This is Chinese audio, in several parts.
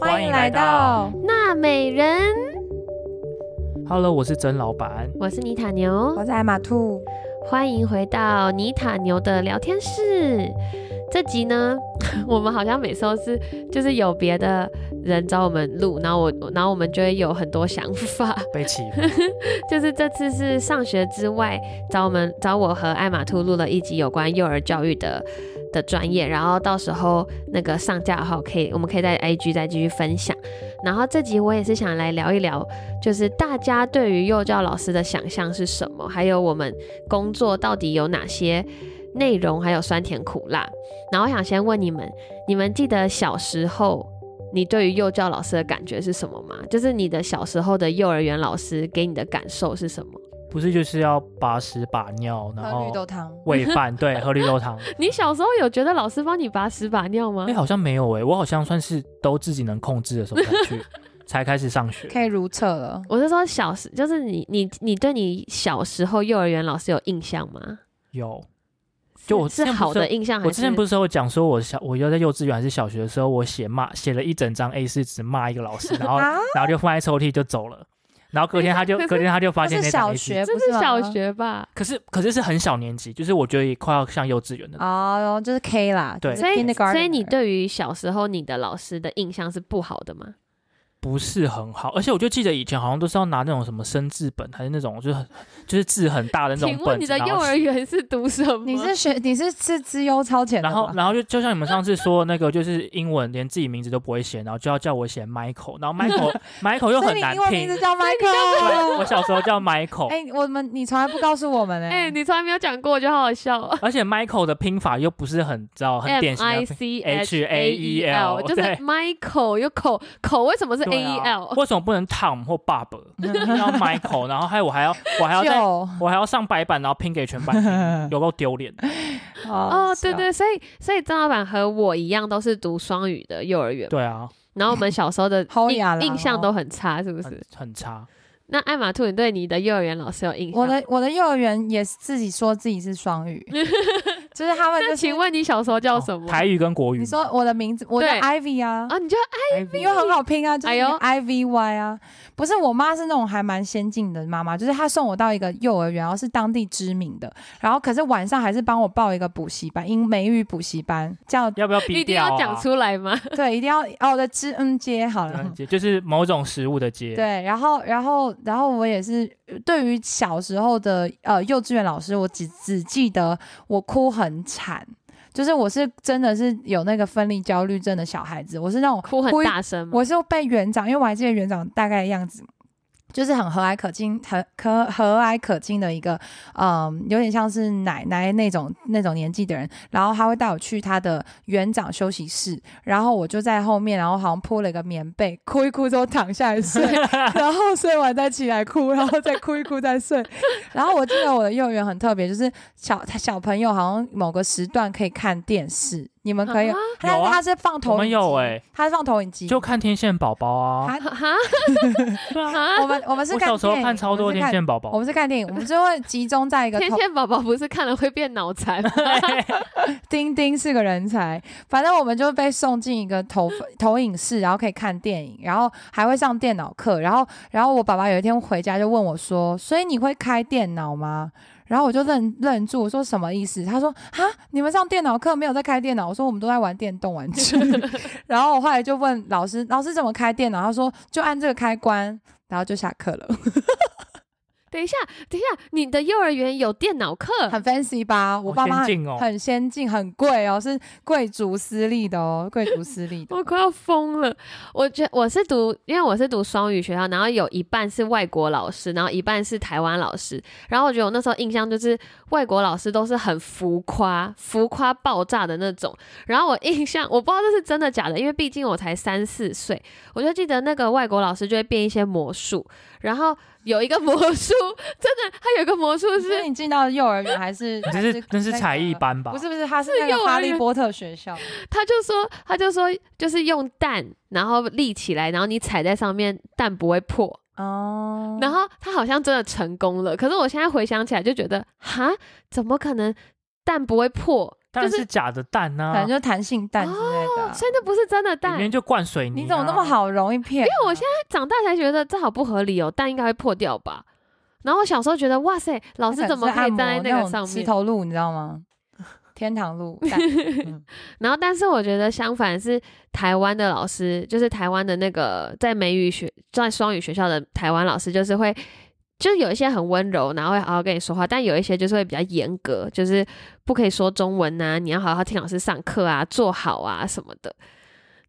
欢迎来到娜美人， Hello，我是曾老板。我是妮塔牛，我是海马兔，欢迎回到妮塔牛的聊天室。这集呢， 我们好像每次都是就是有别的人找我们录，然后我然后我们就会有很多想法。被启 发，就是这次是上学之外找我们找我和艾玛兔录了一集有关幼儿教育的的专业，然后到时候那个上架后可以我们可以在 IG 再继续分享。然后这集我也是想来聊一聊，就是大家对于幼教老师的想象是什么，还有我们工作到底有哪些。内容还有酸甜苦辣，然后我想先问你们，你们记得小时候你对于幼教老师的感觉是什么吗？就是你的小时候的幼儿园老师给你的感受是什么？不是就是要把屎把尿，然喝绿豆嗯后汤，喂饭， 对，喝绿豆汤。你小时候有觉得老师帮你把屎把尿吗哎、？好像没有哎、我好像算是都自己能控制的时候才 去，才开始上学。可以如厕了。我是说小时，就是你你你对你小时候幼儿园老师有印象吗？有，就是我之是前不好是的印象还是？我之前不是有讲说我小，我要在幼稚园还是小学的时候，我写骂写了一整张 A 四纸骂一个老师，然后啊然后就放在抽屉就走了。然后隔天 他就可是隔天他就发那现是那张小 A 四学，，不这是吗小学吧？可是可是是很小年纪，就是我觉得也快要像幼稚园的哦，就是 K 啦，对就是所以 kindergarten 所以你对于小时候你的老师的印象是不好的吗？不是很好，而且我就记得以前好像都是要拿那种什么生字本，还是那种就是很就是字很大的那种请问本你子，的然幼后 儿园是读什么？你是学你是是资优超前的然吧，后然后就就像你们上次说那个，就是英文连自己名字都不会写，然后就要叫我写 Michael，然后 Michael Michael 又所很以你难英文名拼，字叫对，我 Michael。啊小时候叫 Michael，哎，我们你从来不告诉我们哎、哎，你从来没有讲过，我觉得好好笑哦。而且 Michael 的拼法又不是很知道很典 M 型 I 的拼。 C H A A E E L， L，就是对 Michael 有口口，为什么是 A 对 E 啊 L？、，为什么不能 Tom 或 Bob？要 Michael，然后还有我还要我还要再就我还要上白板，然后拼给全班 听，有够丢脸。哦，对，啊对，所以所以张老板和我一样都是读双语的幼儿园，对啊，然后我们小时候的 好印雅啦印象都很差，是不很是？很差。那艾玛兔，你对你的幼儿园老师有印象？我的我的幼儿园也是自己说自己是双语，就是他们就那是请问你小时候叫什么？哦台语跟国语哎吗。你说我的名字，我叫对 Ivy 啊，啊，你就因为很好拼啊，就哎是呦 I V Y 啊，不是我妈是那种还蛮先进的妈妈，就是她送我到一个幼儿园，然后是当地知名的，然后可是晚上还是帮我报一个补习班，英美语补习班，叫 要不要一逼定掉、啊？要讲出来吗？对，一定要哦我的知恩街好这嗯样了。接嗯就是某种食物的接。对，然后，然后，然后我也是对于小时候的呃幼稚园老师，我只只记得我哭很惨，就是我是真的是有那个分离焦虑症的小孩子，我是那种哭很哭一大声吗？我是被园长，因为我还记得园长大概的样子，就是很和蔼可亲、很可和蔼可亲的一个，嗯，有点像是奶奶那种那种年纪的人。然后他会带我去他的园长休息室，然后我就在后面，然后好像铺了一个棉被，哭一哭之后躺下来 睡，然后睡完再起来哭，然后再哭一哭再睡。然后我记得我的幼儿园很特别，就是小小朋友好像某个时段可以看电视，你们可以有啊，但有是啊他是放投我影们有哎、欸他是放投影机，就看天线宝宝啊。啊 哈，对啊，我们我们是我看小时候电影看超多天，线宝我 宝。们是看我们是看电影，我们就会集中在一个天头线宝宝不是看了会变脑 残吗？丁丁是个人才，反正我们就被送进一个投 投影室，然后可以看电影，然后还会上电脑课，然后然后我爸爸有一天回家就问我说：“所以你会开电脑吗？”然后我就愣愣住，我说什么意思？他说：“啊，你们上电脑课没有在开电脑？”我说：“我们都在玩电动玩具。” 然后我后来就问老师：“老师怎么开电脑？”他说：“就按这个开关。”然后就下课了。等一下，等一下，你的幼儿园有电脑课？ 很 fancy 吧？我好爸先妈进哦很先进，很贵哦，是贵族私立的哦，贵族私立的。 我快要疯了！我觉我是读，因为我是读双语学校，然后有一半是外国老师，然后一半是台湾老师。然后我觉得我那时候印象就是外国老师都是很浮夸、浮夸爆炸的那种。然后我印象我不知道这是真的假的，因为毕竟我才三四岁，我就记得那个外国老师就会变一些魔术，然后有一个魔术真的，他有一个魔术所以是。你进到幼儿园还是你这还是那是个才艺班吧不？是不是，他是是那个幼儿哈利园波特学校，他就说，他就说，就是用蛋，然后立起来，然后你踩在上面，蛋不会破。嗯哦然后他好像真的成功了，可是我现在回想起来就觉得，哈，怎么可能蛋不会破，当然就是是假的蛋呐、反正就弹性蛋之类的啊。哦所以那不是真的蛋。里因面就灌水泥、你怎么那么？好容易骗啊？因为我现在长大才觉得这好不合理哦，蛋应该会破掉吧。然后小时候觉得哇塞，老师怎么可以站在那那个上石面？头路，你知道吗？天堂路， 嗯蛋然后，但是我觉得相反是台湾的老师，就是台湾的那个在美语学在双语学校的台湾老师，就是会。就是有一些很温柔，然后会好好跟你说话，但有一些就是会比较严格，就是不可以说中文呐、你要好好听老师上课啊，做好啊什么的。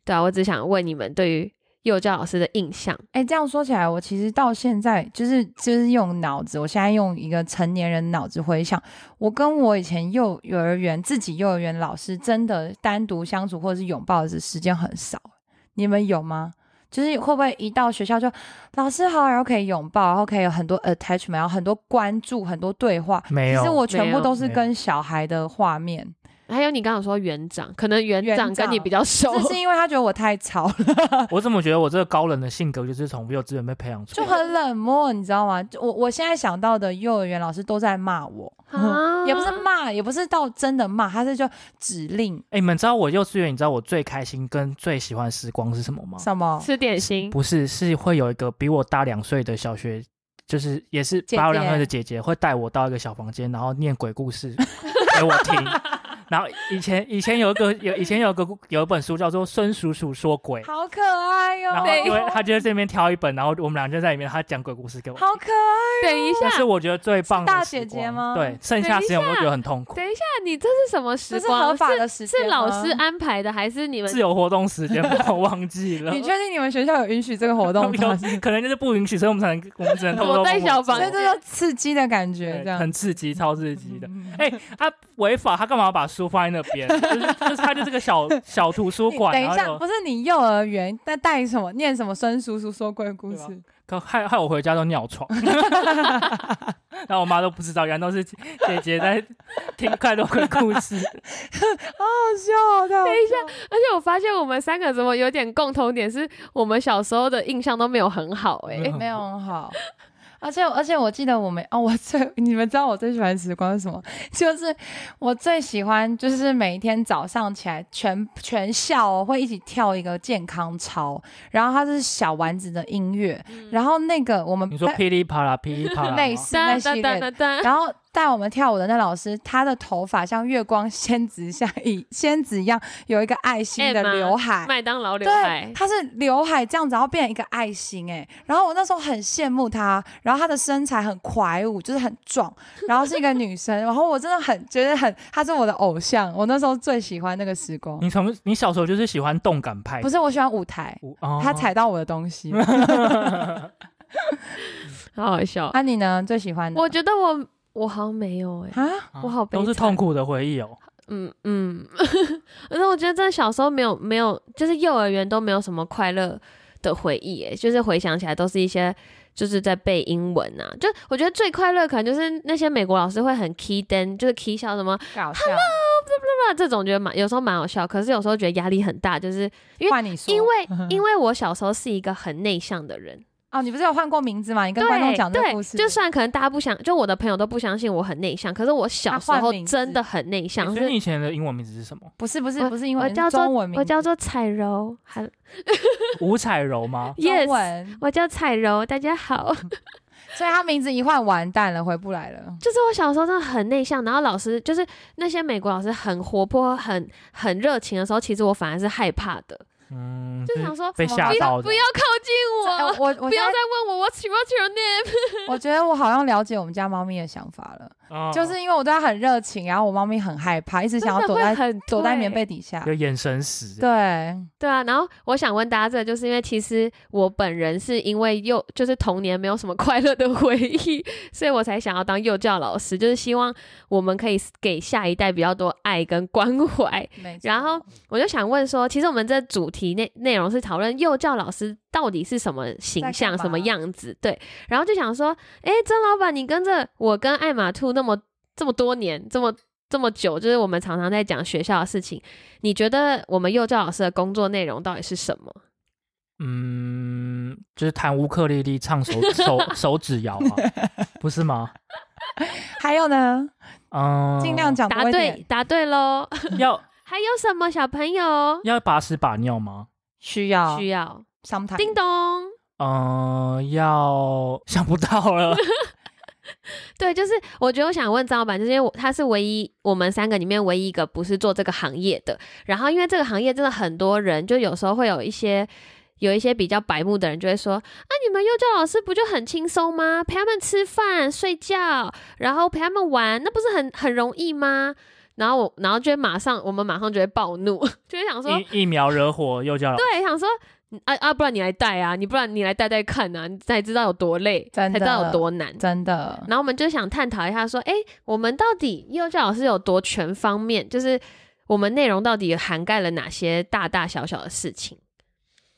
对啊，我只想问你们对于幼教老师的印象。哎、这样说起来，我其实到现在就是就是用脑子，我现在用一个成年人脑子回想，我跟我以前幼幼儿园自己幼儿园老师真的单独相处或者是拥抱的时间很少，你们有吗？就是会不会一到学校就老师好，然后可以拥抱，然后可以有很多 attachment，然后很多关注，很多对话。没其有，实我没全部有都是没有跟小孩的画面，还有你刚刚有说园长，可能园园长跟你长比较熟这，是因为他觉得我太吵了，我怎么觉得我这个高冷的性格就是从幼稚园被培养出就来的？很冷漠，你知道吗？就我我现在想到的幼儿园老师都在骂我。啊也不是骂，也不是到真的骂，他是就指令哎、你们知道我幼稚园，你知道我最开心跟最喜欢的时哦光是什么吗？什么吃点心，不是，是会有一个比我大两岁的小学，就是也是姐八两岁的姐姐，会带我到一个小房间，然后念鬼故事给我 听。然后以前以前有一个有以前有一个有一本书叫做《孙叔叔说鬼》，好可爱哦哟、然后对因为他就在这边挑一本，然后我们俩就在里面，他讲鬼故事给我 听。好可爱，等一那下是，我觉得最棒的是大时姐姐光吗对，剩下时间我都觉得很痛苦。等一下，你这是什么时这是光？合法的时间是老师吗安排的，还是你们自由活动时间 我忘记了， 你确定你们学校有允许这个活 动吗？所有可能就是不允许，所以我们才能我们只能偷偷躲在摸摸小做房以这就刺激的感觉，这对，样很刺激，超刺激的。嗯哎、他违法，他干嘛把书放在那边？就是就是他就这个小小图书你馆，等一然下，后不是你幼儿园在带什么念什么孙叔叔说鬼故对事，有害害我回家都尿床，然后我妈都不知道，原来都是姐姐在听太多鬼故事。好笑哦的。等一下，而且我发现我们三个怎么有点共同点，是我们小时候的印象都没有很好哎、 没有没有很好。而且而且我记得我们哦，我最 你们知道我最喜欢的时光是什么？ 就是我最喜欢就是每天早上起来，全全校、哦、会一起跳一个健康操，然后它是小丸子的音乐，然后那个我们嗯你说带噼里啪啦，噼里啪啦 吗，类似那哒系哒列哒的哒哒，然后带我们跳舞的那老师，他的头发像月光仙子像一仙子一样，有一个爱心的 M 啊刘海，麦当劳刘对海，，他是刘海这样子，然后变成一个爱心哎、然后我那时候很羡慕他，然后他的身材很魁梧，就是很壮， 然后是一个女生，然后我真的很觉得很，他是我的偶像，我那时候最喜欢那个时光。嗯你从你小时候就是喜欢动感派，不是我喜欢舞台，我？哦他踩到我的东 西。好好笑。安妮呢？最喜欢的我觉得我我好像没有哎、啊，啊我好悲都是惨痛苦的回忆哦。嗯嗯， 可是我觉得真的小时候没有没有，就是幼儿园都没有什么快乐的回忆，哎，就是回想起来都是一些就是在背英文啊，就我觉得最快乐可能就是那些美国老师会很 key den，就是 key 笑什么搞笑，那这种觉得蛮有时候蛮好笑，可是有时候觉得压力很大，就是因为换你说，因 为因为我小时候是一个很内向的人，哦，你不是有换过名字吗？你跟观众对讲这个故对，事，就算可能大家不相，就我的朋友都不相信我很内向，可是我小时他换候名字真的很内向，所是以你以前的英文名字是什么？ 不是不是我不是因我为叫做中文名字，我叫做彩柔，还吴彩柔吗？中 yes。文，我叫彩柔，大 家好。所以他名字一换完蛋了，回不来了。就是我小时候真的很内向，然后老师就是那些美国老师很活泼、很很热情的时候，其实我反而是害怕的，嗯，就是想说被怎么吓不到要的不。要靠近哎我，我我不要现在再问我 What's what's your name。 我觉得我好像了解我们家猫咪的想法了，嗯就是因为我对它很热情，然后我猫咪很害怕，一直想要躲真在的会很躲在棉对被底下有。眼神死。对，对啊，然后我想问大家，这个就是因为其实我本人是因为幼就是童年没有什么 快乐的回忆，所以我才想要当幼教老师，就是希望我们可以给下一代比较多爱跟关怀。没然后我就想问说，其实我们这主题内内容是讨论幼教老师到底是什么形象、在干嘛什么样子，对。然后就想说，诶，曾老板，你跟着我跟艾玛兔那么这么多年，这么这么久，就是我们常常在讲学校的事情，你觉得我们幼教老师的工作内容到底是什么？嗯，就是弹乌克丽丽、唱手手手指谣啊，不是吗？还有呢，嗯，尽量讲答多一点对，，答对喽。要 还有什么小朋友要把屎把尿吗？需要需要？ sometime 叮咚，嗯，要想不到了。对，就是我觉得我想问张老板，就是因为我他是唯一我们三个里面唯一一个不是做这个行业的。然后因为这个行业真的很多人，就有时候会有一些有一些比较白目的人就会说，啊，你们幼教老师不就很轻松吗？陪他们吃饭、睡觉，然后陪他们玩，那不是很很容易吗？然后我，然后就会马上，我们马上就会暴怒，就会想说，疫疫苗惹火又叫对，想说啊啊，不然你来带啊，你不然你来带带看啊，你才知道有多累，才真知道有的多难。真的然后我们就想探讨一下，说，哎，我们到底幼教老师有多全方面？就是我们内容到底涵盖了哪些大大小小的事情？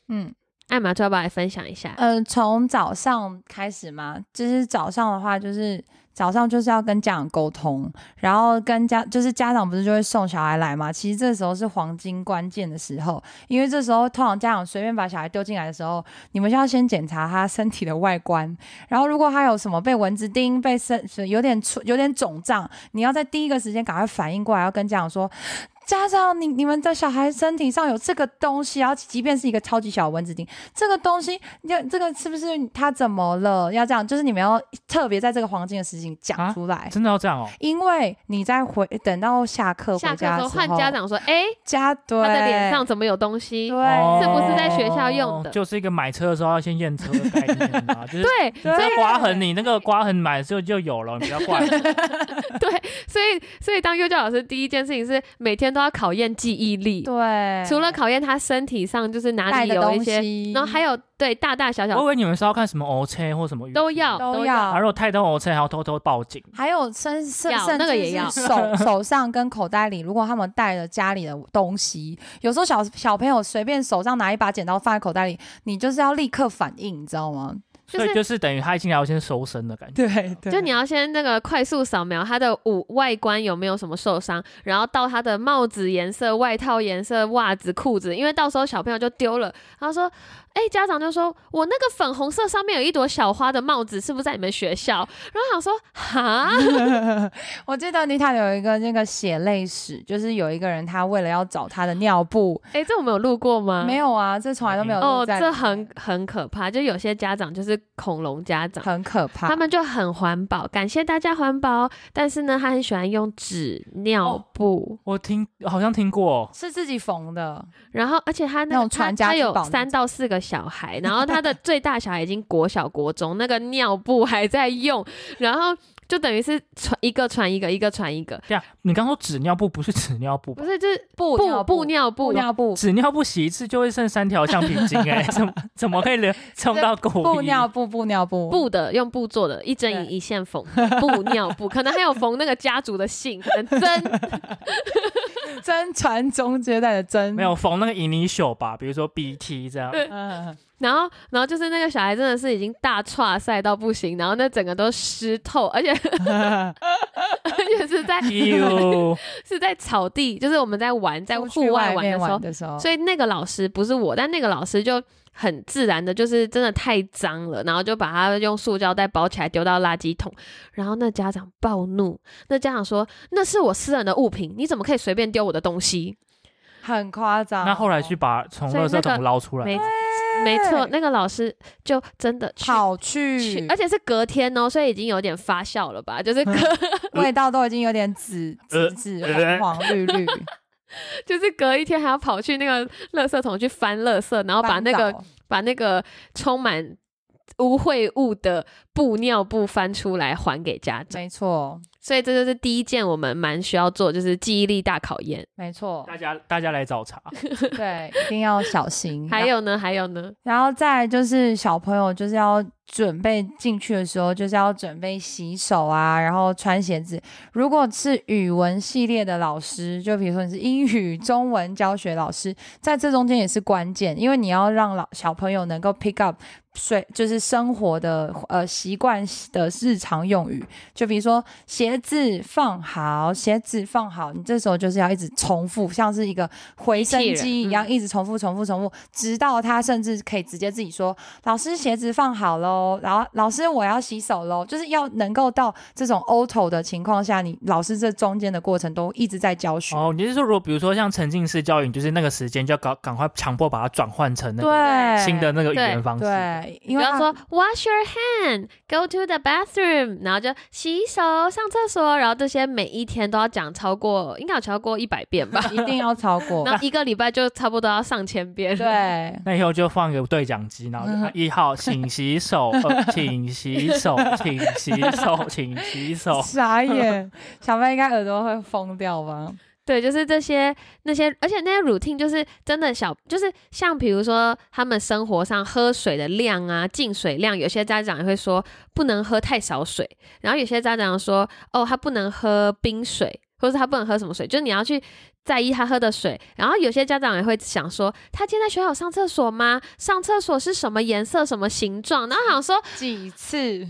嗯。艾玛，要不要来分享一下？呃，从早上开始嘛，就是早上的话，就是早上就是要跟家长沟通，然后跟家就是家长不是就会送小孩来嘛，其实这时候是黄金关键的时候，因为这时候通常家长随便把小孩丢进来的时候，你们就要先检查他身体的外观，然后如果他有什么被蚊子叮、被身有点出有点肿胀，你要在第一个时间赶快反应过来，要跟家长说。家长，你你们的小孩身体上有这个东西，然后即便是一个超级小的蚊子叮，这个东西，你看这个是不是他怎么了？要这样，就是你们要特别在这个黄金的事情啊讲出来，真的要这样哦？因为你在回等到下课下回课的家时的候时候，换家长说，哎，家对他的脸上怎么有东西？对是不是在学校用的哦就是一个买车的时候要先验车的概念 啊，就是。对你这个刮痕，你那个刮痕买的时候就有了，你不要怪我。对，所以所以当幼教老师第一件事情是每天都要考验记忆力，对，除了考验他身体上就是哪带里的有一东些，西，然后还有对大大小我以小为你们是要看什么 O 车或什么鱼都要都啊，要如。果太多 O 车还要偷偷报警。还有身甚要甚那个也至要是手 手上跟口袋里，如果他们带了家里的东西，有时候小小朋友随便手上拿一把剪刀放在口袋里，你就是要立刻反应，你知道吗？就所是以就是等于他一进来我先收身的感觉。对对就 你要先那个快速扫描它的五外观有没有什么受伤，然后到它的帽子颜色、外套颜色、袜子、裤子，因为到时候小朋友就丢了，然后说，哎、家长就说我那个粉红色上面有一朵小花的帽子是不是在你们学校？然后想说，哈，我记得妮塔有一个那个血泪史，就是有一个人他为了要找他的尿 布，哎、这我们有录过吗？没。有啊，这从来都没有嗯哦，录在这很很可怕，就有些家长就是恐龙家长，很可怕。他们就很环保，感谢大家环保，哦但是呢，他很喜欢用纸尿哦布。我听好像听过，哦是自己缝的，然后，而且他那那个种他传家他之有宝那三种到四个小孩，然后他的最大小孩已经国小国中，那个尿布还在用， 然后就等于是传一个传一个，一个传一个，这样你刚说纸尿布不是 纸尿布吧不？是就是布布布尿尿布布，尿布纸尿布洗一次就会剩三条橡皮筋哎、怎么怎么可 以连冲到狗屁？布 尿布布尿布布的用布做的，一针对一一线缝布尿布，可能还有缝那个家族的姓，可 能真 真传宗接代的真没有缝那个隐泥袖吧，比如说 BT 这样。对嗯，然后，然后就是那个小孩真的是已经大岔赛到不行，然后那整个都湿透， 而且而且是在哎 哟，是在草地，就是我们在玩，在出户去外外玩面的时候玩，的时候，所以那个老师不是我，但那个老师就很自然的，就是真的太脏了，然后就把它用塑胶袋包起来丢到垃圾桶，然后那家长暴怒，那家长说那是我私人的物品，你怎么可以随便丢我的东西？很夸张。那后来去把从垃圾桶捞出来，没没错，那个老师就真的去。跑去呃去，而且是隔天哦，所以已经有点发酵了吧？就是隔 味道都已经有点紫呃紫呃紫黄黄绿绿，就是隔一天还要跑去那个垃圾桶去翻垃圾，然后把那个翻倒把那个充满污秽物的布尿布翻出来还给家长。没错所以这就是第一件我们蛮需要做，就是记忆力大考验。没错大，家大家来 找茬，对，一定要小心。还有呢，还有呢，然后再来就是小朋友就是要准备进去的时候，就是要准备洗手啊，然后穿鞋子。如果是语文系列的老师，就比如说你是英语、中文教学老师，在这中间也是关键，因为你要让老小朋友能够 pick up 水，就是生活的呃习惯的日常用语，就比如说鞋鞋子放好，鞋子放好，你这时候就是要一直重复，像是一个回声机器人嗯机一样，一直重复、重复、重复，直到他甚至可以直接自己说：“老师，鞋子放好喽。”然后老师，我要洗手喽。就是要能够到这种 auto 的情况下，你老师这中间的过程都一直在教学。哦，你是说，如果比如说像沉浸式教育，你就是那个时间就要赶赶快强迫把它转换成那个对，新的那个语对言方式。对，因不为要他，说 wash your hand, go to the bathroom，然后就洗手、上厕所，然后这些每一天都要讲超过，应该有超过一百遍吧 一定要超 过。然后一个礼拜就差不多要上千遍。，对，那以后就放一个对讲机，然后就嗯啊一号请洗手，二请洗手，请洗手，请洗手。傻眼，小妹应该耳朵会疯掉吧？对，就是这些那些，而且那些 routine 就是真的小，就是像比如说他们生活上喝水的量啊、进水量，有些家长也会说不能喝太少水，然后有些家长说哦，他不能喝冰水，或是他不能喝什么水，就是你要去在意他喝的水。然后有些家长也会想说，他今天在学校有上厕所吗？上厕所是什么颜色、什么形状？然后想说几次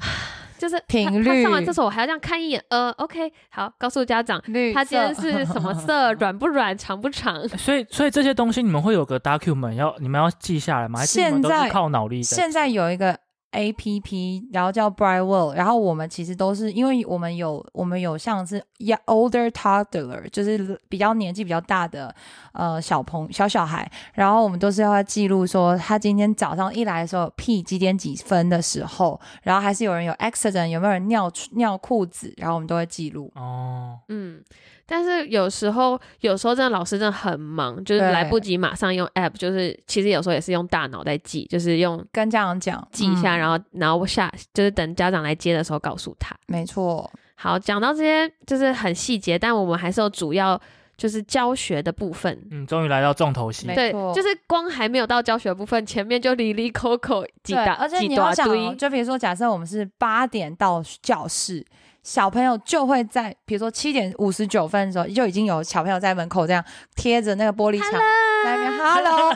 就是他频他率上完厕所我还要这样看一眼，呃，OK，好，告诉家长。绿 他今天色是 什么色，软不软，长不长？所以，所以这些东西你们会有个 document 要你们要记下来吗？还是你们都现是在靠脑力的？现在有一个 A P P，然后叫 Brightwell，然后我们其实都是因为我们有我们有像是 y- older toddler，就是比较年纪比较大的呃小朋小小孩，然后我们都是要记录说他今天早上一来的时候屁几点几分的时候，然后还是有人有 accident，有没有人尿出尿裤子，然后我们都会记录。哦，嗯，但是有时候，有时候真的老师真的很忙，就是对来不及马上用 app，就是其实有时候也是用大脑在记，就是用跟家长讲记一下，嗯然后然后下就是等家长来接的时候告诉他。没错，好，讲到这些就是很细节，但我们还是有主要就是教学的部分。嗯，终于来到重头戏。没对，错就是光还没有到教学部分，前面就离离扣扣几对，大，而且几你大要想、堆哦，就比如说，假设我们是八点到教室，小朋友就会在，比如说七点五十九分的时候，就已经有小朋友在门口这样贴着那个玻璃墙 Hello 在那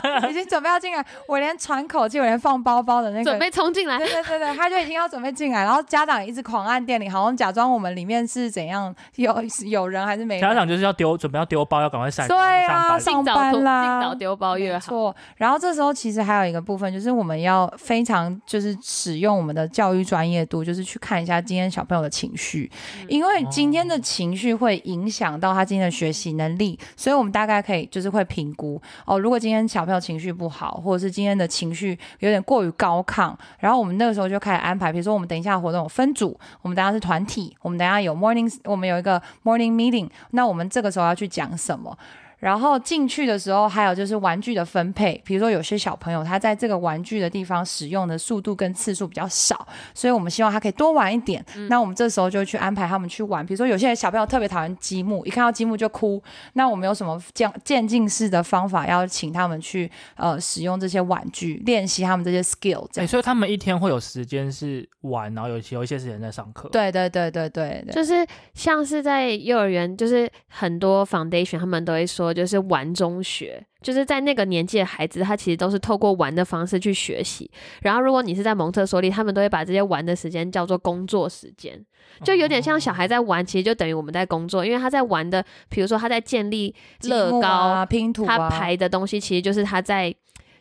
边 “hello”，已经准备要进来，我连喘口气，我连放包包的那准个。备冲进来对，对对对，他就已经要准备进来，然后家长一直狂按电铃，好像假装我们里面是怎样有有人还是没人家长就是要丢，准备要丢包，要赶快闪出去对啊上班。上尽早班脱尽啦早丢包越没好。错，然后这时候其实还有一个部分，就是我们要非常就是使用我们的教育专业度，就是去看一下今天小朋友的情绪，嗯因为今天的情绪会影响到他今天的学习能力，所以我们大概可以就是会评估哦，如果今天小朋友情绪不好，或者是今天的情绪有点过于高亢，然后我们那个时候就开始安排，比如说我们等一下活动有分组，我们等一下是团体，我们等一下有 morning，我们有一个 morning meeting，那我们这个时候要去讲什么？然后进去的时候，还有就是玩具的分配，比如说有些小朋友他在这个玩具的地方使用的速度跟次数比较少，所以我们希望他可以多玩一点。嗯那我们这时候就去安排他们去玩，比如说有些小朋友特别讨厌积木，一看到积木就哭，嗯那我们有什么渐渐进式的方法要请他们去呃使用这些玩具，练习他们这些 skill 这哎、样。所以他们一天会有时间是玩，然后有有一些时间在上课。，对对对对对对，就是像是在幼儿园，就是很多 foundation 他们都会说，就是玩中学，就是在那个年纪的孩子，他其实都是透过玩的方式去学习。然后如果你是在蒙特梭利，他们都会把这些玩的时间叫做工作时间，就有点像小哦孩在玩，其实就等于我们在工作，因为他在玩的，比如说他在建立乐积木高，啊、拼图他啊，排的东西其实就是他在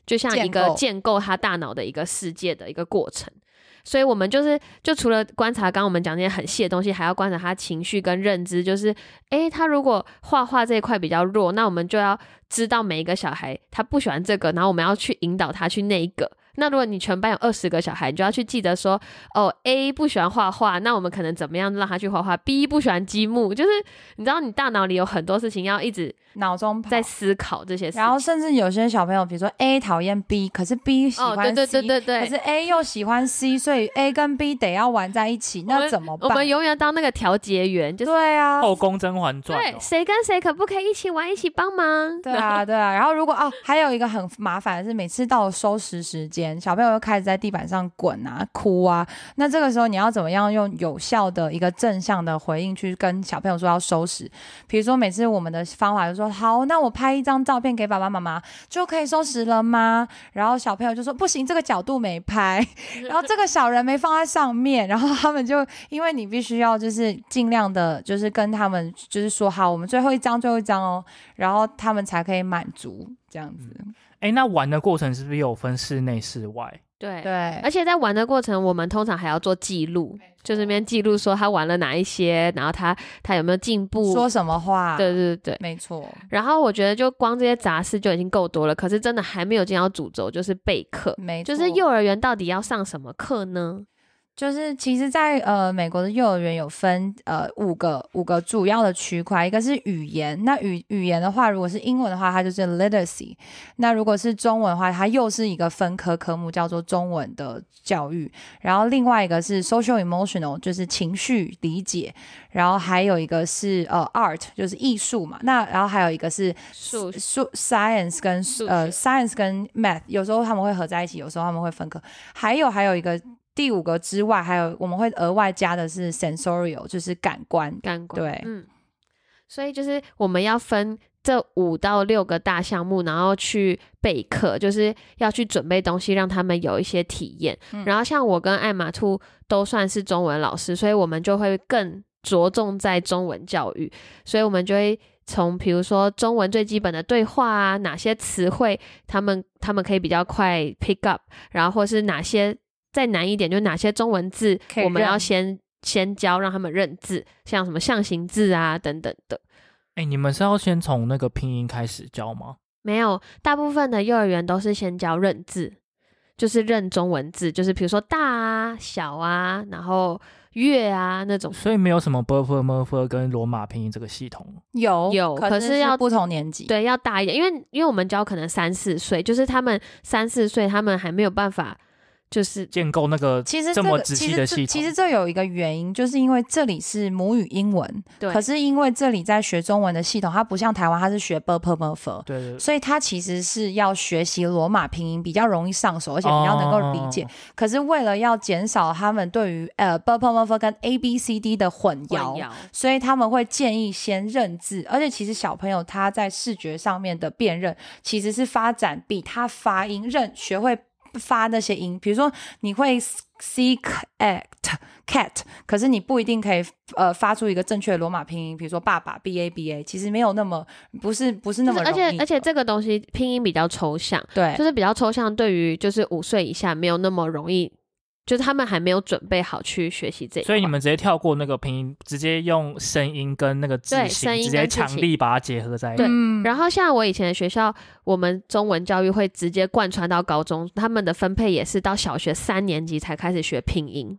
就像一建个构建构他大脑的一个世界的一个过程。所以，我们就是就除了观察刚刚我们讲那些很细的东西，还要观察他情绪跟认知。就是，诶，他如果画画这一块比较弱，那我们就要知道每一个小孩他不喜欢这个，然后我们要去引导他去那一个。那如果你全班有二十个小孩，你就要去记得说，哦，A 不喜欢画画，那我们可能怎么样让他去画画？B 不喜欢积木，就是你知道，你大脑里有很多事情要一直脑中跑在思考这些事情。然后甚至有些小朋友，比如说 A 讨厌 B，可是 B 喜哦，欢 C，、对对对对对，可是 A 又喜欢 C，所以 A 跟 B 得要玩在一起，我那们怎么我办？们永远当那个调节员，就是对啊，后宫《甄嬛传》对哦。谁跟谁可不可以一起 玩，一起帮忙？对啊，对啊。然后如果哦，还有一个很麻烦的是，每次到了收拾时间，间，小朋友又开始在地板上滚啊、哭啊，那这个时候你要怎么样用有效的一个正向的回应去跟小朋友说要收拾？比如说每次我们的方法就说好，那我拍一张照片给爸爸妈妈就可以收拾了吗？然后小朋友就说不行，这个角度没拍，然后这个小人没放在上面，然后他们就因为你必须要就是尽量的，就是跟他们就是说好，我们最后一张最后一张哦，然后他们才可以满足这样子。哎，那玩的过程是不是也有分室内、室外？对对而，且在玩的过程，我们通常还要做记录，就是那边记录说他玩了哪一些，然后他他有没有进步。说什么话？对对对。没错，然后我觉得就光这些杂事就已经够多了，可是真的还没有进到主轴，就是备课，没错，就是幼儿园到底要上什么课呢？就是其实在，呃美国的幼儿园有分呃五个五个主要的区块，一个是语言，那语语言的话，如果是英文的话，它就是 literacy；那如果是中文的话，它又是一个分科科目，叫做中文的教育。然后另外一个是 social emotional，就是情绪理解，然后还有一个是呃 art，就是艺术嘛。那然后还有一个是数学数 science 跟数呃学 science 跟 math，有时候他们会合在一起，有时候他们会分科。还有还有一个第五个之外，还有我们会额外加的是 sensorial，就是感官。感官。对嗯，所以就是我们要分这五到六个大项目，然后去备课，就是要去准备东西，让他们有一些体验。嗯然后像我跟艾玛兔都算是中文老师，所以我们就会更着重在中文教育，所以我们就会。从比如说中文最基本的对话啊，哪些词汇他们他们可以比较快 pick up，然后或是哪些再难一点，就哪些中文字可以我们要认先先教让他们认字，像什么象形字啊等等的。哎，你们是要先从那个拼音开始教吗？没有，大部分的幼儿园都是先教认字，就是认中文字，就是比如说大啊、小啊，然后月啊那种。所以没有什么 b u r p l e m u r p l e 跟罗马拼音这个系统。有有可可是是要不同年级。对，要大一点，因为因为我们教可能三四岁，就是他们三四岁，他们还没有办法，就是建构那个其实这个么仔其细实的这系其统实这有一个原因，就是因为这里是母语英文，对可是因为这里在学中文的系统，它不像台湾，它是学 b e p m f，对对，对所以它其实是要学习罗马拼音比较容易上手，而且比较能够理解。哦可是为了要减少他们对于呃 b p m f 跟 a b c d 的混混淆，淆所以他们会建议先认字，而且其实小朋友他在视觉上面的辨认其实是发展比他发音认学会发那些音，比如说你会 seek act cat，可是你不一定可以呃发出一个正确的罗马拼音，比如说爸爸 b a b a，其实没有那么不是不是那就是么而容易且而且的这个东西拼音比较抽象，对就是比较抽象，对于就是五岁以下没有那么容易，就是他们还没有准备好去学习这一块。所以你们直接跳过那个拼音，直接用声音跟那个字对形声音直接跟字强形力把它结合在一起。嗯然后像我以前的学校，我们中文教育会直接贯穿到高中，他们的分配也是到小学三年级才开始学拼音。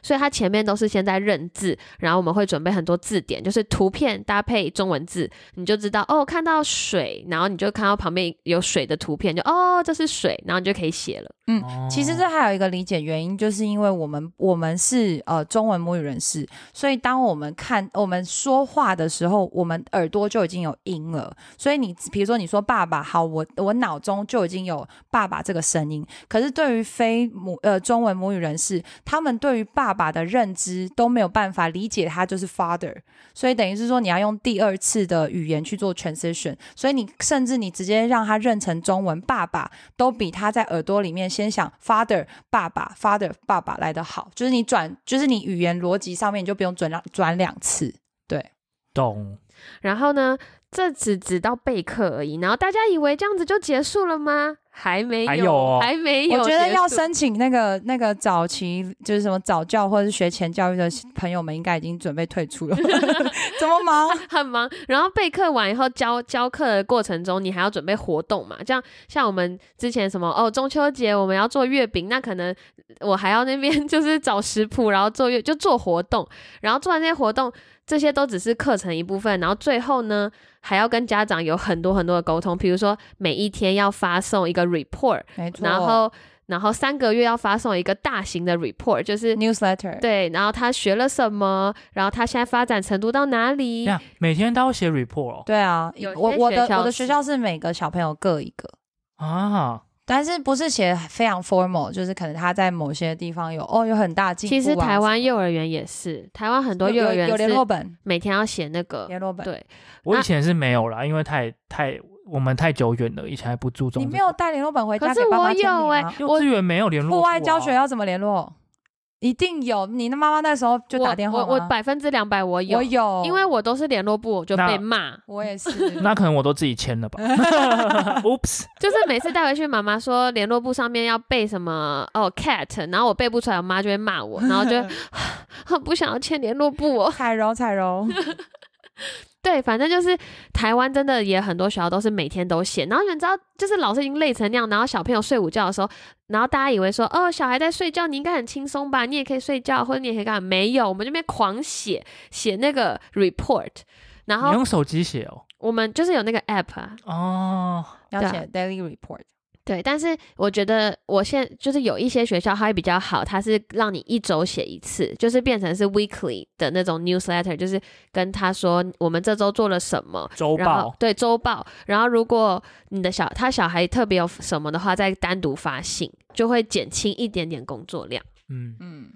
所以他前面都是先在认字，然后我们会准备很多字典，就是图片搭配中文字，你就知道哦，看到水，然后你就看到旁边有水的图片，就哦这是水，然后你就可以写了。哦其实这还有一个理解原因，就是因为我们我们是呃中文母语人士，所以当我们看我们说话的时候，我们耳朵就已经有音了。所以你比如说你说爸爸，好，我我脑中就已经有爸爸这个声音。可是对于非母呃中文母语人士，他们对于爸爸的认知都没有办法理解，他就是 father。所以等于是说你要用第二次的语言去做 transition。所以你甚至你直接让他认成中文爸爸，都比他在耳朵里面先想 father 爸爸 father 爸爸来的好，就是你转，就是你语言逻辑上面你就不用转两转两次。懂，然后呢，这只只到备课而已。然后大家以为这样子就结束了吗？ 还没有，还有哦还没哎有我结束。觉得要申请那个那个早期就是什么早教或者是学前教育的朋友们，应该已经准备退出了 吧，怎么 忙？很忙，然后备课完以后教教课的过程中，你还要准备活动嘛？这样像我们之前什么哦，中秋节我们要做月饼，那可能我还要那边 就是找食谱，然后做月就做活动，然后做完这些活动，这些都只是课程一部分，然后最后呢还要跟家长有很多很多的沟通，比如说每一天要发送一个 report，没错，然后然后三个月要发送一个大型的 report，就是。嗯 newsletter 对，然后他学了什么，然后他现在发展程度到哪里这，样每天都要写 report 对啊有，些我我的学校我的是学校是每个小朋友各一个，哦啊，但是不是写非常 formal，就是可能他在某些地方有哦有很大进步、啊。其实台湾幼儿园也是，台湾很多有幼儿有有园联络是本，每天要写那个，联络本。对，我那以前是没有啦，因为太太我们太久远了，以前还不注重你这个。没有带联络本回家可给是爸我妈签有名哎、吗？幼我稚园没有联络户外处啊教学要怎么联络？一定有，你的妈妈那时候就打电话我我吗百分之两百我有，我有，因为我都是联络部，我就那被骂，我也是， 那可能我都自己签了吧。Oops，就是每次带回去，妈妈说联络簿上面要背什么哦 cat，然后我背不出来，我妈就会骂我，然后就 很不想要签联络簿哦。彩柔彩柔， 对，反正就是台湾真的也很多学校都是每天都写，然后你们知道，就是老师已经累成那样，然后小朋友睡午觉的时候，然后大家以为说哦小孩在睡觉，你应该很轻松吧，你也可以睡觉，或者你也可以干嘛？没有，我们这边狂写写那个 report，然你后用手机写哦。我们就是有那个 app 啊，哦，要对啊写 daily report，对，但是我觉得我现就是有一些学校它会比较好，它是让你一周写一次，就是变成是 weekly 的那种 newsletter，就是跟他说我们这周做了什么，周然后报对周报，然后如果你的小他小孩特别有什么的话，再单独发信，就会减轻一点点工作量。嗯，嗯。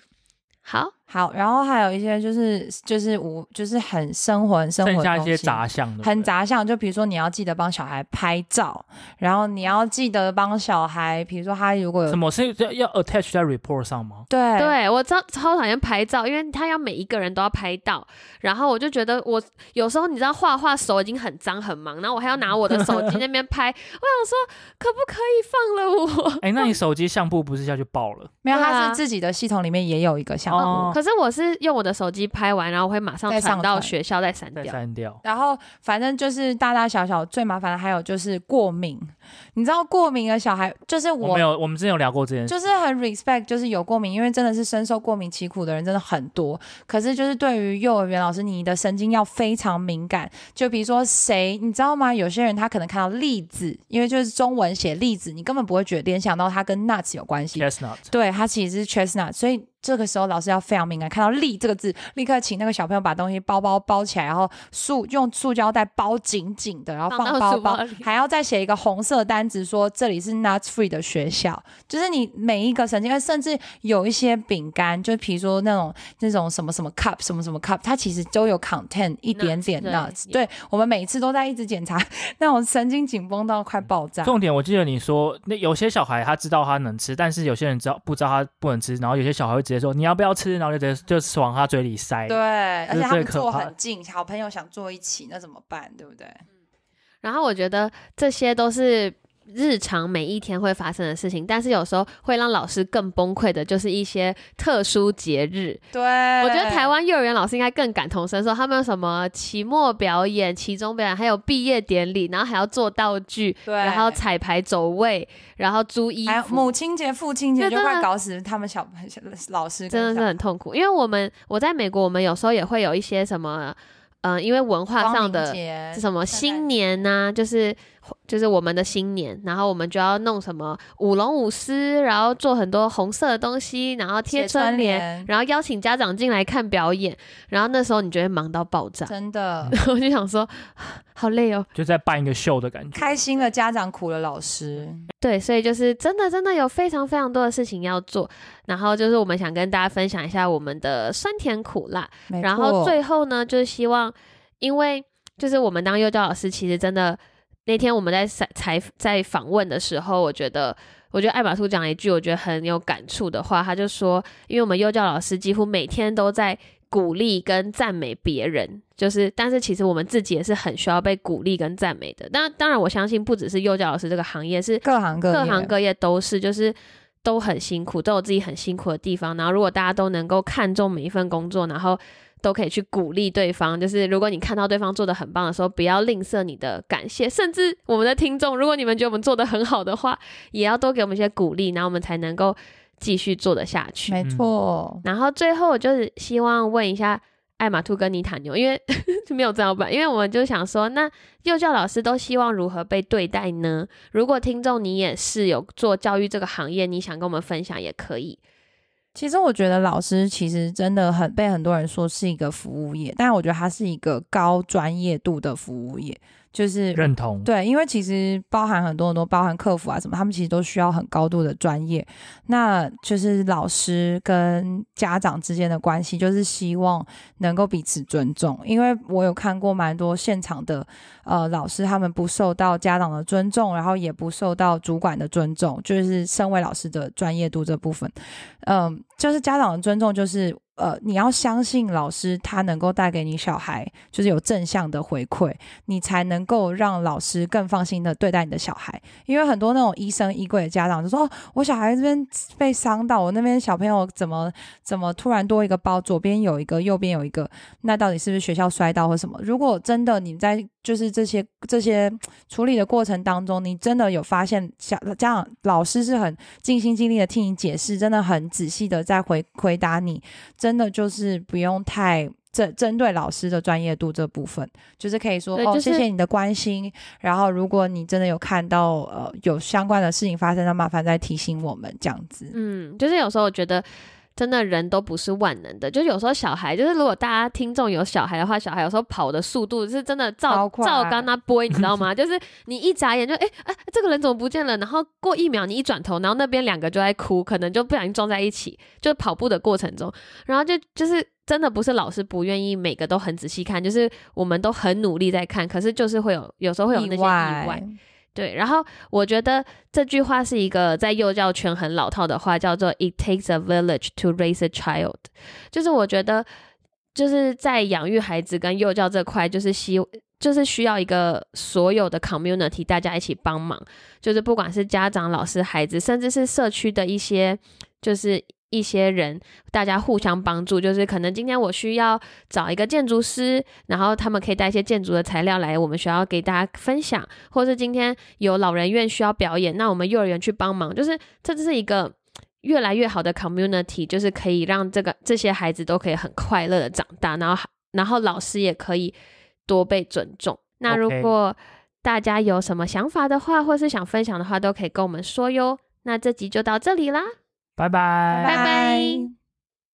好，好，然后还有一些就是就是无就是很生活很生活剩的下一东些西杂项的，很杂项，就比如说你要记得帮小孩拍照，然后你要记得帮小孩，比如说他如果有什么是要要 attach 在 report 上吗？对对啊我超超讨厌拍照，因为他要每一个人都要拍到，然后我就觉得我有时候你知道画画手已经很脏很忙，然后我还要拿我的手机那边拍， 我想说可不可以放了哎、那嗯你手机相簿不是下去爆了？没有，对啊他是自己的系统里面也有一个项目，哦 我？可是我是用我的手机拍完，然后我会马上再上传到传学校再删再掉。删掉。然后反正就是大大小小最麻烦的还有就是过敏，你知道过敏的小孩就是我我没。有，我们之前有聊过这件事。就是很 respect，就是有过敏，因为真的是深受过敏其苦的人真的很多。可是就是对于幼儿园老师，你的神经要非常敏感。就比如说谁，你知道吗？有些人他可能看到栗子，因为就是中文写栗子，你根本不会觉得联想到它跟 nuts 有关系。 Chestnut，对，它其实是 chestnut，所以这个时候老师要非常敏感，看到“立”这个字，立刻请那个小朋友把东西包包包起来，然后塑用塑胶袋包紧紧的，然后放放到包书包包里，还要再写一个红色单子说这里是 nuts free 的学校，就是你每一个神经，甚至有一些饼干，就比如说那种那种什么什么 cup 什么什么 cup，它其实都有 contain 一点 Nuts，点对 nuts，有对我们每一次都在一直检查， 那种神经紧绷到快爆炸。重点我记得你说，那有些小孩他知道他能吃，但是有些人知道不知道他不能吃，然后有些小孩会直接说你要不要吃，然后就直接就是往他嘴里塞。对，而且这是他最们可坐怕的很近，好朋友想坐一起，那怎么办？对不对？然后我觉得这些都是日常每一天会发生的事情，但是有时候会让老师更崩溃的，就是一些特殊节日。对，我我觉得台湾幼儿园老师应该更感同身受，他们有什么期末表演、期中表演，还有毕业典礼，然后还要做道具，对，然后彩排走位，然后租衣还有服母，亲节、父亲节对就真的快搞死他们小小老师跟小，真的是很痛苦。因为我们我在美国，我们有时候也会有一些什么，嗯、因为文化上的光明节什么圣诞新年呐、就是就是我们的新年，然后我们就要弄什么舞龙舞狮，然后做很多红色的东西，然后贴写春联，联，然后邀请家长进来看表演，然后那时候你就会忙到爆炸。真的 我就想说， 好累哦。就在办一个秀的感觉。开心了家长，苦了老师。对，所以就是真的真的有非常非常多的事情要做，然后就是我们想跟大家分享一下我们的酸甜苦辣，没然后错最后呢，就是希望，因为就是我们当幼教老师，其实真的那天我们在采采在访问的时候，我觉得。我觉得艾玛兔讲了一句我觉得很有感触的话，他就说，因为我们幼教老师几乎每天都在鼓励跟赞美别人，就是，但是其实我们自己也是很需要被鼓励跟赞美的。那当然，我相信不只是幼教老师这个行业，是各行各业各行各业都是，就是都很辛苦，都有自己很辛苦的地方。然后如果大家都能够看重每一份工作，然后都可以去鼓励对方，就是如果你看到对方做的很棒的时候，不要吝啬你的感谢。甚至我们的听众，如果你们觉得我们做的很好的话，也要多给我们一些鼓励，然后我们才能够继续做得下去。嗯没错，然后最后我就是希望问一下艾玛兔跟尼塔牛，因为 就没有这样办，因为我们就想说，那幼教老师都希望如何被对待呢？如果听众你也是有做教育这个行业，你想跟我们分享也可以。其实我觉得老师其实真的很被很多人说是一个服务业，但我觉得它是一个高专业度的服务业。就是认同，对，因为其实包含很多很多，包含客服啊什么，他们其实都需要很高度的专业。那就是老师跟家长之间的关系，就是希望能够彼此尊重。因为我有看过蛮多现场的呃老师，他们不受到家长的尊重，然后也不受到主管的尊重，就是身为老师的专业度这部分，嗯、就是家长的尊重就是。呃，你要相信老师，他能够带给你小孩就是有正向的回馈，你才能够让老师更放心的对待你的小孩。因为很多那种疑神疑鬼的家长就说：“哦，我小孩这边被伤到，我那边小朋友怎么怎么突然多一个包，左边有一个，右边有一个，那到底是不是学校摔到或什么？”如果真的你在就是这些这些嗯处理的过程当中，你真的有发现小家长老师是很尽心尽力的听你解释，真的很仔细的在回回答你，真的就是不用太。针针对老师的专业度这部分，就是可以说对哦，就是谢谢你的关心，然后，如果你真的有看到呃有相关的事情发生，那麻烦再提醒我们这样子。嗯，就是有时候我觉得。真的人都不是万能的，就是有时候小孩，就是如果大家听众有小孩的话，小孩有时候跑的速度是真的照超快照刚那波，你知 道吗？就是你一眨眼就哎哎、这个人怎么不见了？然后过一秒你一转头，然后那边两个就在哭，可能就不小心撞在一起，就跑步的过程中，然后就就是真的不是老师不愿意每个都很仔细看，就是我们都很努力在看，可是就是会有有时候会有那些意外，外对，然后我觉得这句话是一个在幼教圈很老套的话，叫做 "It takes a village to raise a child"，就是我觉得就是在养育孩子跟幼教这块，就是希就是需要一个所有的 community 大家一起帮忙，就是不管是家长、老师、孩子，甚至是社区的一些就是。一些人，大家互相帮助，就是可能今天我需要找一个建筑师，然后他们可以带一些建筑的材料来我们学校给大家分享，或是今天有老人院需要表演，那我们幼儿园去帮忙，就是这就是一个越来越好的 community，就是可以让这个这些孩子都可以很快乐的长大，然后然后老师也可以多被尊重。那 OK 如果大家有什么想法的话，或是想分享的话，都可以跟我们说哟。那这集就到这里啦，拜拜拜拜